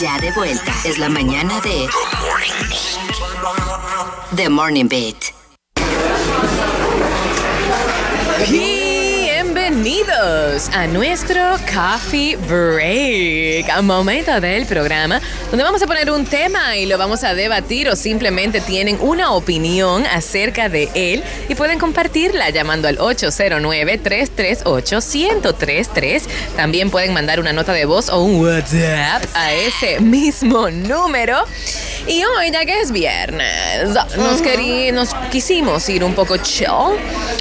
Ya de vuelta. Es la mañana de The Morning Beat. Bienvenidos a nuestro Coffee Break, a un momento del programa donde vamos a poner un tema y lo vamos a debatir o simplemente tienen una opinión acerca de él y pueden compartirla llamando al 809-338-1033. También pueden mandar una nota de voz o un WhatsApp a ese mismo número. Y hoy, ya que es viernes, nos, querí- nos quisimos ir un poco chill,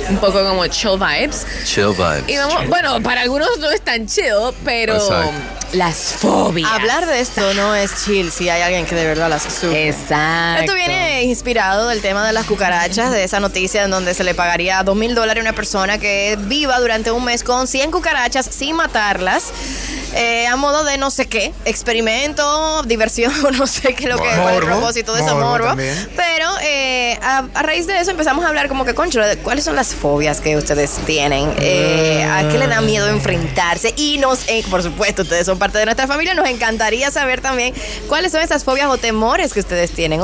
un poco como chill vibes. Chill vibes. Y vamos, bueno, para algunos no es tan chill, pero Exacto. las fobias. Hablar de esto no es chill si hay alguien que de verdad las sufre. Exacto. Esto viene inspirado del tema de las cucarachas, de esa noticia en donde se le pagaría dos mil dólares a una persona que viva durante un mes con 100 cucarachas sin matarlas, eh, a modo de no sé qué, experimento, diversión, no sé qué lo que cuál es el Morbo, propósito de esa morbo morbo. también. Pero eh, a, a raíz de eso empezamos a hablar como que, concho, ¿cuáles son las fobias que ustedes tienen? Eh, ¿A qué le da miedo enfrentarse? Y nos, eh, por supuesto, ustedes son parte de nuestra familia, nos encantaría saber también cuáles son esas fobias o temores que ustedes tienen.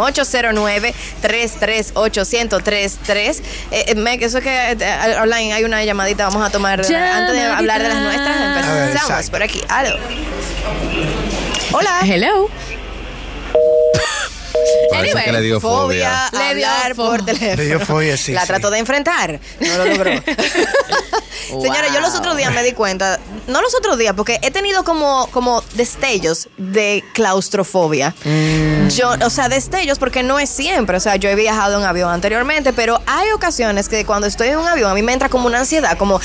809-338-1033. Eh, eh, Meg, eso es que eh, online hay una llamadita, vamos a tomar, Llamadita. antes de hablar de las nuestras, A ver, empezamos exacto. por aquí. Aló. Hola. Hello. Parece que le dio fobia. fobia, Le dio hablar por fo- teléfono. Le dio fobia, sí, La sí. trató de enfrentar, no lo logró. Señora, yo los otros días me di cuenta, no los otros días, porque he tenido como, como destellos de claustrofobia. Mm. Yo, o sea, destellos, porque no es siempre. O sea, yo he viajado en avión anteriormente, pero hay ocasiones que cuando estoy en un avión a mí me entra como una ansiedad, como,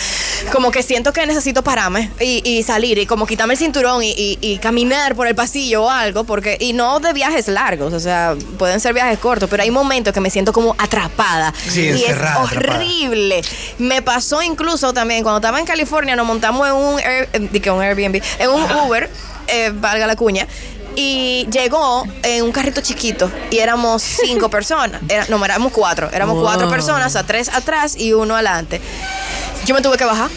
como que siento que necesito pararme y, y salir y como quitarme el cinturón y, y- y caminar por el pasillo o algo, porque, y no de viajes largos, o sea, pueden ser viajes cortos, pero hay momentos que me siento como atrapada. Sí, y es encerrada, atrapada. horrible horrible. Me pasó incluso también cuando estaba en California, nos montamos en un, Air- eh, di que un Airbnb, en un Uber, eh, valga la cuña. Y llegó en un carrito chiquito y éramos cinco personas. Era- no, éramos cuatro. Éramos cuatro personas, o sea, tres atrás y uno adelante. Yo me tuve que bajar.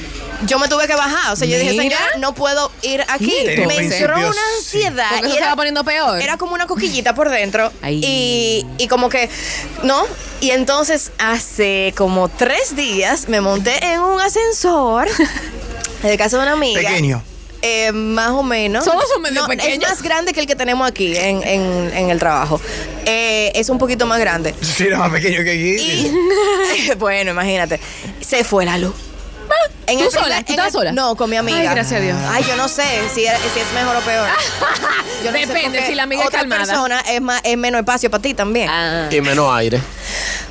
Yo me tuve que bajar. O sea, yo dije, Mira. señora, no puedo ir aquí. Mira. Me entró Principios, una sí. ansiedad. Porque y eso se era- va poniendo peor. Era como una coquillita por dentro. Ay. Y, y como que, ¿no? Y entonces hace como tres días me monté en un ascensor en el caso de una amiga. Pequeño. Eh, más o menos. Solo son medio Es pequeños. más grande que el que tenemos aquí en, en- en el trabajo. Eh, es un poquito más grande. Sí, era más pequeño que aquí. Y bueno, imagínate. Se fue la luz. En Ah, ¿Tú el primer- sola? ¿Tú en estabas el- sola? No, con mi amiga. Ay, gracias a Dios. Ay, yo no sé si, era- si es mejor o peor. Yo no sé, Depende, porque si la amiga es otra calmada. persona es, más, es menos espacio para ti también. Ah. Y menos aire.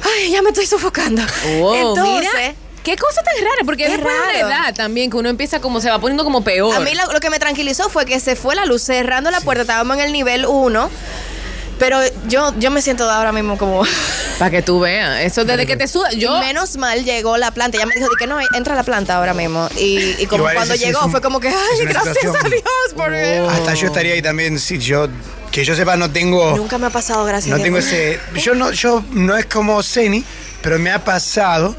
Ay, ya me estoy sofocando. Wow, Entonces, Oh, mira. Qué cosa tan rara, porque Qué después de raro. una edad también que uno empieza como se va poniendo como peor. A mí lo, lo que me tranquilizó fue que se fue la luz cerrando la puerta. Estábamos en el nivel 1. Pero yo, yo me siento ahora mismo como. Para que tú veas. Eso desde que te suda. Yo. pues. Menos mal llegó la planta. Ella me dijo de que no, entra a la planta ahora mismo. Y, y como Igual cuando ese sí llegó es un- fue como que, es ay, una gracias situación. a Dios por Hasta yo estaría ahí también, si yo, que yo sepa, no tengo, Nunca me ha pasado, gracias a Oh. no Dios. tengo ese, yo no, yo no es como Zeni, pero me ha pasado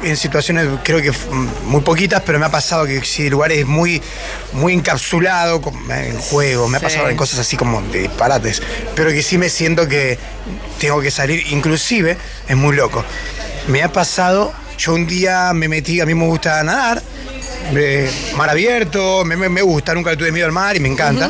en situaciones, creo que f- muy poquitas, pero me ha pasado que si lugares muy, muy encapsulado, con- en juego, me ha Sí. pasado en cosas así como de disparates, pero que sí me siento que tengo que salir, inclusive, es muy loco. Me ha pasado, yo un día me metí, a mí me gusta nadar, eh, mar abierto, me, me- me gusta, nunca le tuve miedo al mar y me encanta.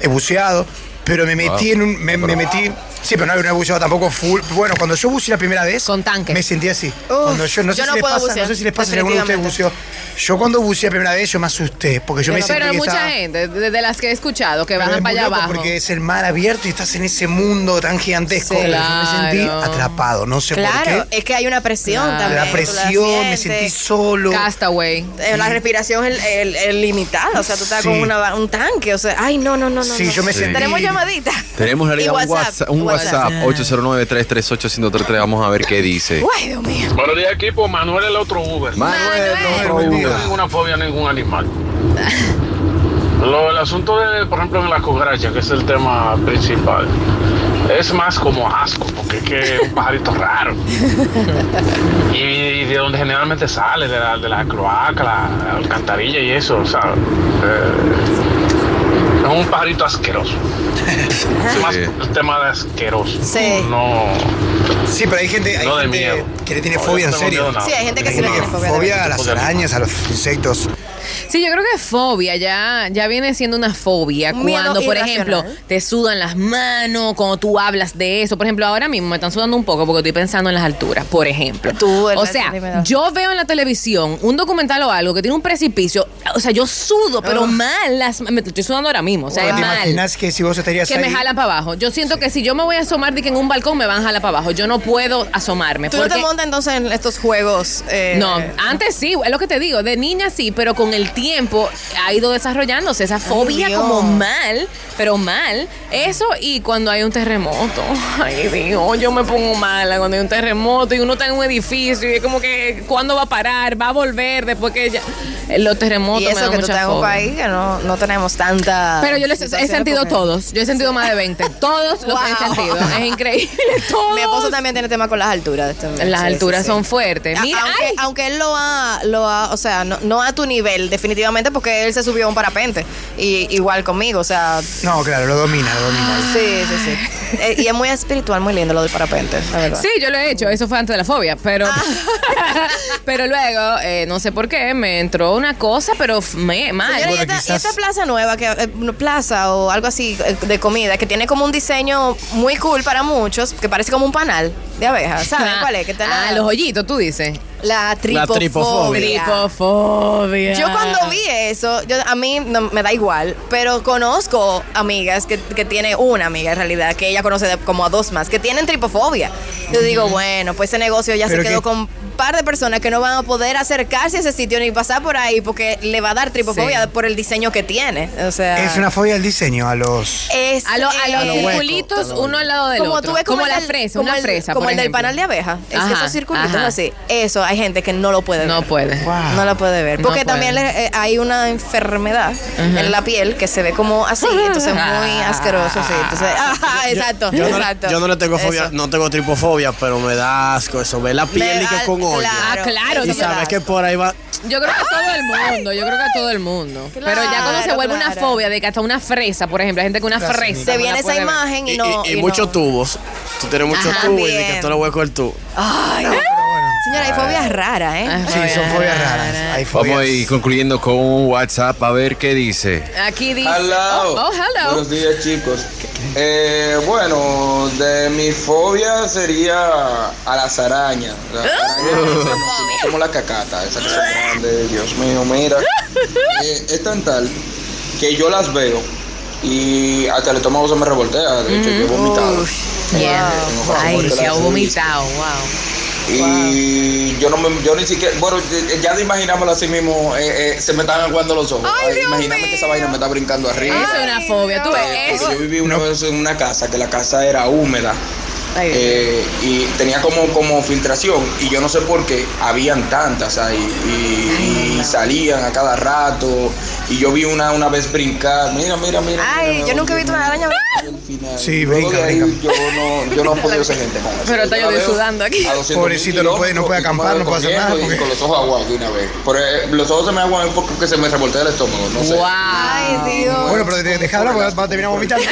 He buceado, pero me metí en un. Me, me metí. Sí, pero no, no he buceado tampoco full. Bueno, cuando yo buceé la primera vez. Con tanque. Me sentí así. Cuando yo, no, sé yo si no les puedo pasa, bucear, no sé si les pasa si alguno de ustedes buceó. Yo cuando buceé la primera vez, yo me asusté, porque yo me sentí pero hay que mucha estaba- gente, de, de las que he escuchado, que pero es bajan muy para allá loco abajo. Porque es el mar abierto y estás en ese mundo tan gigantesco. Sí, Pero Yo me sentí claro. atrapado, no sé Claro, por qué. es que hay una presión Claro. también. La presión, me sentí solo. Castaway. solo. Eh, La respiración es el- el- el limitada, o sea, tú estás Sí. con una- un tanque, o sea, ay, no, no, no, no. Sí, no. yo me sentí- Tenemos llamadita. Tenemos en Y realidad un WhatsApp, un WhatsApp, 809-338-1033. Vamos a ver qué dice. Ay, Dios mío. Buenos días, equipo. pues, Manuel, el otro Uber. Manuel, Manuel, no, buen no, día. no. No tengo ninguna fobia a ningún animal. Lo, el asunto de, por ejemplo, en las cucarachas, que es el tema principal, es más como asco, porque es que es un pajarito raro. Y, de donde generalmente sale, de la, de la cloaca, la alcantarilla y eso, o sea, eh, Es un pajarito asqueroso. Es más Sí. el tema de asqueroso. Sí. No. Sí, pero hay gente, hay No de gente miedo. que le tiene No, yo fobia en no tengo serio. miedo a nada. Sí, hay gente que Hay sí le gente tiene que fobia. de fobia a verdad. las arañas, a los insectos. Sí, yo creo que fobia ya, ya viene siendo una fobia Un miedo cuando, por irracional. ejemplo, te sudan las manos, cuando tú hablas de eso. Por ejemplo, ahora mismo me están sudando un poco porque estoy pensando en las alturas, por ejemplo. Tú, el- o sea, dime, dame. yo veo en la televisión un documental o algo que tiene un precipicio. O sea, yo sudo, pero mal. Las, me estoy sudando ahora mismo. O sea, ¿Te es mal. imaginas que si vos estarías Que ahí? me jalan para abajo. Yo siento que si yo me voy a asomar de que en un balcón me van a jalar para abajo. Yo no puedo asomarme. Tú no te porque- montas entonces en estos juegos. eh, no, antes sí, es lo que te digo, de niña sí, pero con el tiempo ha ido desarrollándose esa fobia Dios. como mal, pero mal. Eso y cuando hay un terremoto. Ay, Dios, yo me pongo mala cuando hay un terremoto y uno está en un edificio y es como que cuándo va a parar, va a volver después que ya... Eh, Los terremotos Y me dan eso que tú mucha estás en un fobia. país que no, no tenemos tanta. Pero yo les he situaciones sentido porque- todos. Yo he sentido más de 20. Todos los he Wow. sentido. Es increíble. Todos. Mi esposo también tiene tema con las alturas. también. Las Sí, sí, alturas sí. son fuertes. A- Mira, aunque, ay. aunque él lo ha, lo ha, o sea, no, no a tu nivel, definitivamente, porque él se subió a un parapente. Y, igual conmigo, o sea. No, claro, lo domina, lo domina. Sí, sí, sí. Eh, y es muy espiritual, muy lindo lo del parapente, la verdad. Sí, yo lo he hecho, eso fue antes de la fobia, pero Ah. pero luego, eh, no sé por qué, me entró una cosa, pero f- me, mal. Señora, y Bueno, esta, quizás- esta plaza nueva, que eh, una plaza o algo así eh, de comida, que tiene como un diseño muy cool para muchos, que parece como un panal de abejas, ¿sabes Ah, cuál es? Que está la, ah, los hoyitos, tú dices. la tripofobia. Tripofobia. Yo cuando vi eso, yo, a mí no, me da igual, pero conozco amigas que, que tiene una amiga en realidad, que ella conoce de- como a dos más, que tienen tripofobia. Yo digo, bueno, pues ese negocio ya se Pero quedó que- con un par de personas que no van a poder acercarse a ese sitio ni pasar por ahí porque le va a dar tripofobia Sí. por el diseño que tiene. O sea, Es una fobia al diseño, a los... es, A, lo- a los eh, huecos, circulitos, todo. uno al lado del como otro. tú ves como, como el la del- fresa, como una el- fresa. como por el del ejemplo. panal de abeja es que Ajá, esos circulitos ajá. así eso hay gente que no lo puede No ver. puede. Wow. No la puede ver. No Porque puede. también le- eh, hay una enfermedad Ujú. en la piel que se ve como así, entonces muy Ah. asqueroso, sí. Entonces, ajá, exacto, Yo no, exacto. yo no le tengo fobia, Eso. no tengo tripofobia, pero me da asco eso. Ver la piel y da- que con hoyo. Ah, claro, Y eso eso me da sabes que por ahí va. Yo creo que a todo el mundo, yo creo que a todo el mundo. Pero ya cuando se Claro, vuelve una claro. fobia de que hasta una fresa, por ejemplo, hay gente que una fresa. se no viene la esa puede ver. imagen y, Y, no. y- y muchos no. tubos. Tú tienes muchos Ajá. tubos y de También. que todo lo hueco el tubo. Ay, señora, hay fobias raras, ¿eh? Sí, son fobias raras. Hay Vamos a fobias. ir concluyendo con un WhatsApp a ver qué dice. Aquí dice. Hello. Oh, oh, hello. Buenos días, chicos. Eh, bueno, de mi fobia sería a las arañas. Las arañas son como la cacata, esa que son grandes, Dios mío, mira. Eh, es tan tal que yo las veo y hasta el estómago se me revoltea. De hecho, yo he vomitado. Yeah. Wow. Ay, se ha Wow. vomitado, wow. Y yo no me, yo ni siquiera, bueno, de- ya de imaginármelo así mismo, eh, eh, se me están aguando los ojos. Ay, Dios imagíname que esa mío. Ah, vaina me está brincando arriba. Eso es una fobia, tú ves. Porque Eso. yo viví una vez en una casa que la casa era húmeda eh, y tenía como, como filtración y yo no sé por qué habían tantas ahí y, y salían a cada rato y yo vi una una vez brincar mira mira mira Ay, mira, yo nunca he visto una araña. al final. Sí, Luego brinca, de ahí brinca. yo no yo no he podido ser gente con eso. Pero hasta yo la estoy veo sudando aquí. a 200 Pobrecito, no puede- no puede kilómetros, acampar, no puede hacer nada, corriendo y porque- con los ojos aguados de una vez pero eh, los ojos se me aguan porque se me revoltea el estómago no sé Wow, Ay, Dios. Bueno, pero de- dejadla porque va a terminar vomitando.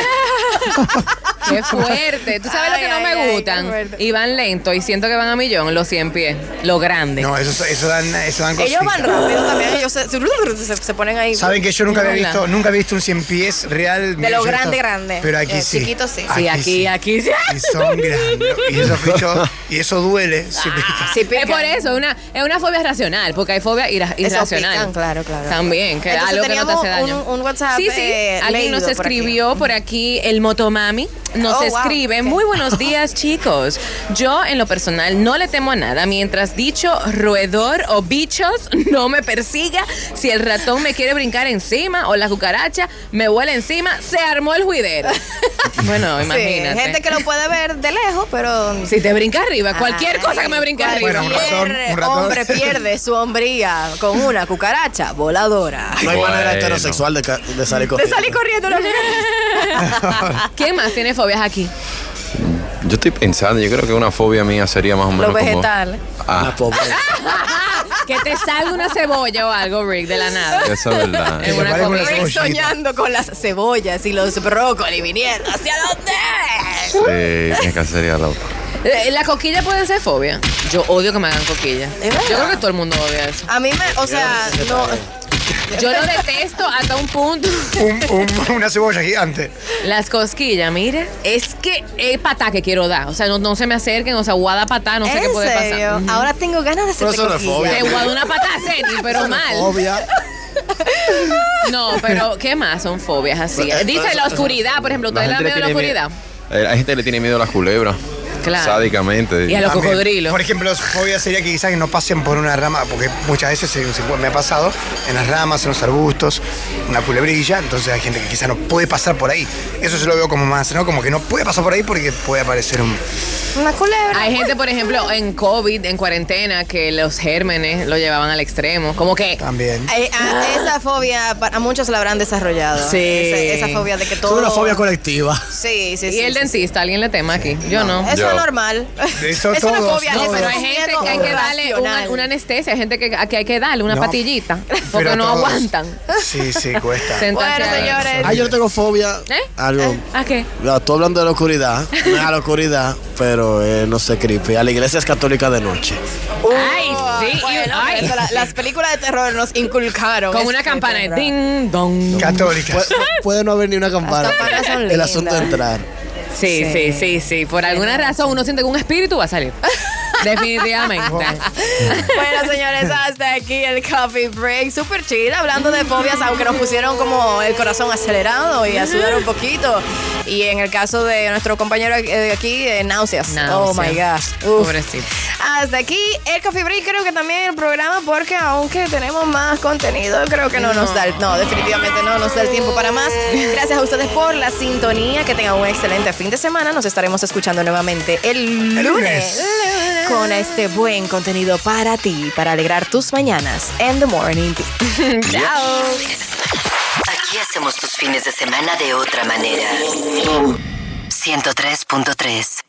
qué fuerte. Tú sabes lo que Ay, no ay, ay, me qué gustan. fuerte. Y van lento y siento que van a millón los 100 pies, los grandes. No, eso, eso dan, eso dan Ellos cositas. van rápido también, ellos se, se, se ponen ahí. pues Saben que yo nunca había Hola. visto, nunca había visto un cien pies real. Mira, lo yo he grande, estado- grande. Pero aquí Eh, sí. chiquito sí. Sí, aquí, aquí. sí. Y son grandes. Y esos bichos, y eso duele. sí, Sí, Es pican. por eso, una, es una fobia racional, porque hay fobia irra- irracional. pican, claro, claro. También, que Entonces algo que no te hace teníamos daño. un- un WhatsApp, Sí, sí. eh, Alguien leído nos por aquí. escribió por aquí, el Motomami. Nos Oh, wow. escribe, Ok. muy buenos días, chicos. Yo, en lo personal, no le temo a nada. Mientras dicho roedor o bichos no me persiga, si el ratón me quiere brincar encima o la cucaracha me vuela encima, se armó el juidero. bueno, Sí, imagínate. gente que lo puede ver de lejos, pero Si te brinca arriba, cualquier Ay, cosa que me brinque cualquier arriba. Bueno, un ratón, un ratón. hombre pierde su hombría con una cucaracha voladora. No hay manera Bueno. heterosexual de, ca- de Te salir corriendo. salí corriendo la ¿Quién más tiene fobias aquí? Yo estoy pensando, yo creo que una fobia mía sería más o menos. como- vegetales. Ah, La pobreza. que te salga una cebolla o algo, Rick, de la nada. Eso es verdad. En una parezca una comida. cebolla. Rick cebollita. soñando con las cebollas y los brócoli viniendo. ¿Hacia dónde? Sí, tienes que hacer ir a la otra. Eh, La coquilla puede ser fobia. Yo odio que me hagan coquilla. verdad. Yo creo que todo el mundo odia eso. A mí me, o sea, no. Yo lo detesto hasta un punto. Un- un- una cebolla gigante. Las cosquillas, mira. Es que es patá que quiero dar. O sea, no, no se me acerquen, o sea, guada patá, no sé qué ¿En puede serio? Ah, pasar. Ahora tengo ganas de Pero hacerte eso no es cosquillas. fobia. Te guada una patá, Ceni, pero mal. Obvia. No, pero ¿qué más son fobias así? Pero, eh, pero Dice eso- la eso- oscuridad, por ejemplo. ¿Ustedes la gente le miedo a la tiene oscuridad? miedo- eh, Hay gente que le tiene miedo a las culebras. Claro. Sádicamente. Y a los También. cocodrilos. Por ejemplo, fobia sería que quizás que no pasen por una rama, porque muchas veces se- se- me ha pasado en las ramas, en los arbustos, una culebrilla, entonces hay gente que quizás no puede pasar por ahí. Eso se lo veo como más, ¿no? Como que no puede pasar por ahí porque puede aparecer un... Una culebra. Hay gente, por ejemplo, en COVID, en cuarentena, que los gérmenes lo llevaban al extremo. Como que También. Eh, a- Ah. esa fobia, pa- a muchos la habrán desarrollado. Sí. Ese- Esa, fobia de que todo. Toda una fobia colectiva. Sí, sí, sí. Y el sí, dentista, alguien le tema aquí. Yo no. sí. Eso Yo. es normal. De eso es una todos, fobia. ¿no? eso Pero es hay un gente miedo que hay que darle una, irracional. una anestesia, hay gente que, a que hay que darle una No. patillita porque Pero no todos- aguantan. Sí, sí, cuesta. Sentarse Bueno, ahí. señores. Ah, yo no tengo fobia. ¿Eh? Algo. ¿A qué? No, estoy hablando de la oscuridad. No es a la oscuridad, pero eh, no sé, creepy. A la iglesia es católica de noche. Ay, sí. y- Bueno, ay. pero la- las películas de terror nos inculcaron. Con una este campana. terror. Ding, dong. Católicas. Pu- puede no haber ni una campana. Las campanas son El asunto de lindas. entrar. Sí, sí, sí, sí. Por alguna razón uno siente que un espíritu va a salir. Definitivamente. Bueno, señores, hasta aquí el Coffee Break. Super chill, hablando de fobias, aunque nos pusieron como el corazón acelerado y a sudar un poquito. Y en el caso de nuestro compañero eh, aquí, eh, náuseas. Oh my Náuseas. gosh. Uf. Pobrecito. Hasta aquí el Coffee Break, creo que también el programa, porque aunque tenemos más contenido, creo que no nos da el, no, definitivamente no nos da el tiempo para más. Gracias a ustedes por la sintonía, que tengan un excelente fin de semana. Nos estaremos escuchando nuevamente el El lunes lunes. con este buen contenido para ti, para alegrar tus mañanas en The Morning Beat. Chao. Aquí hacemos tus fines de semana de otra manera. 103.3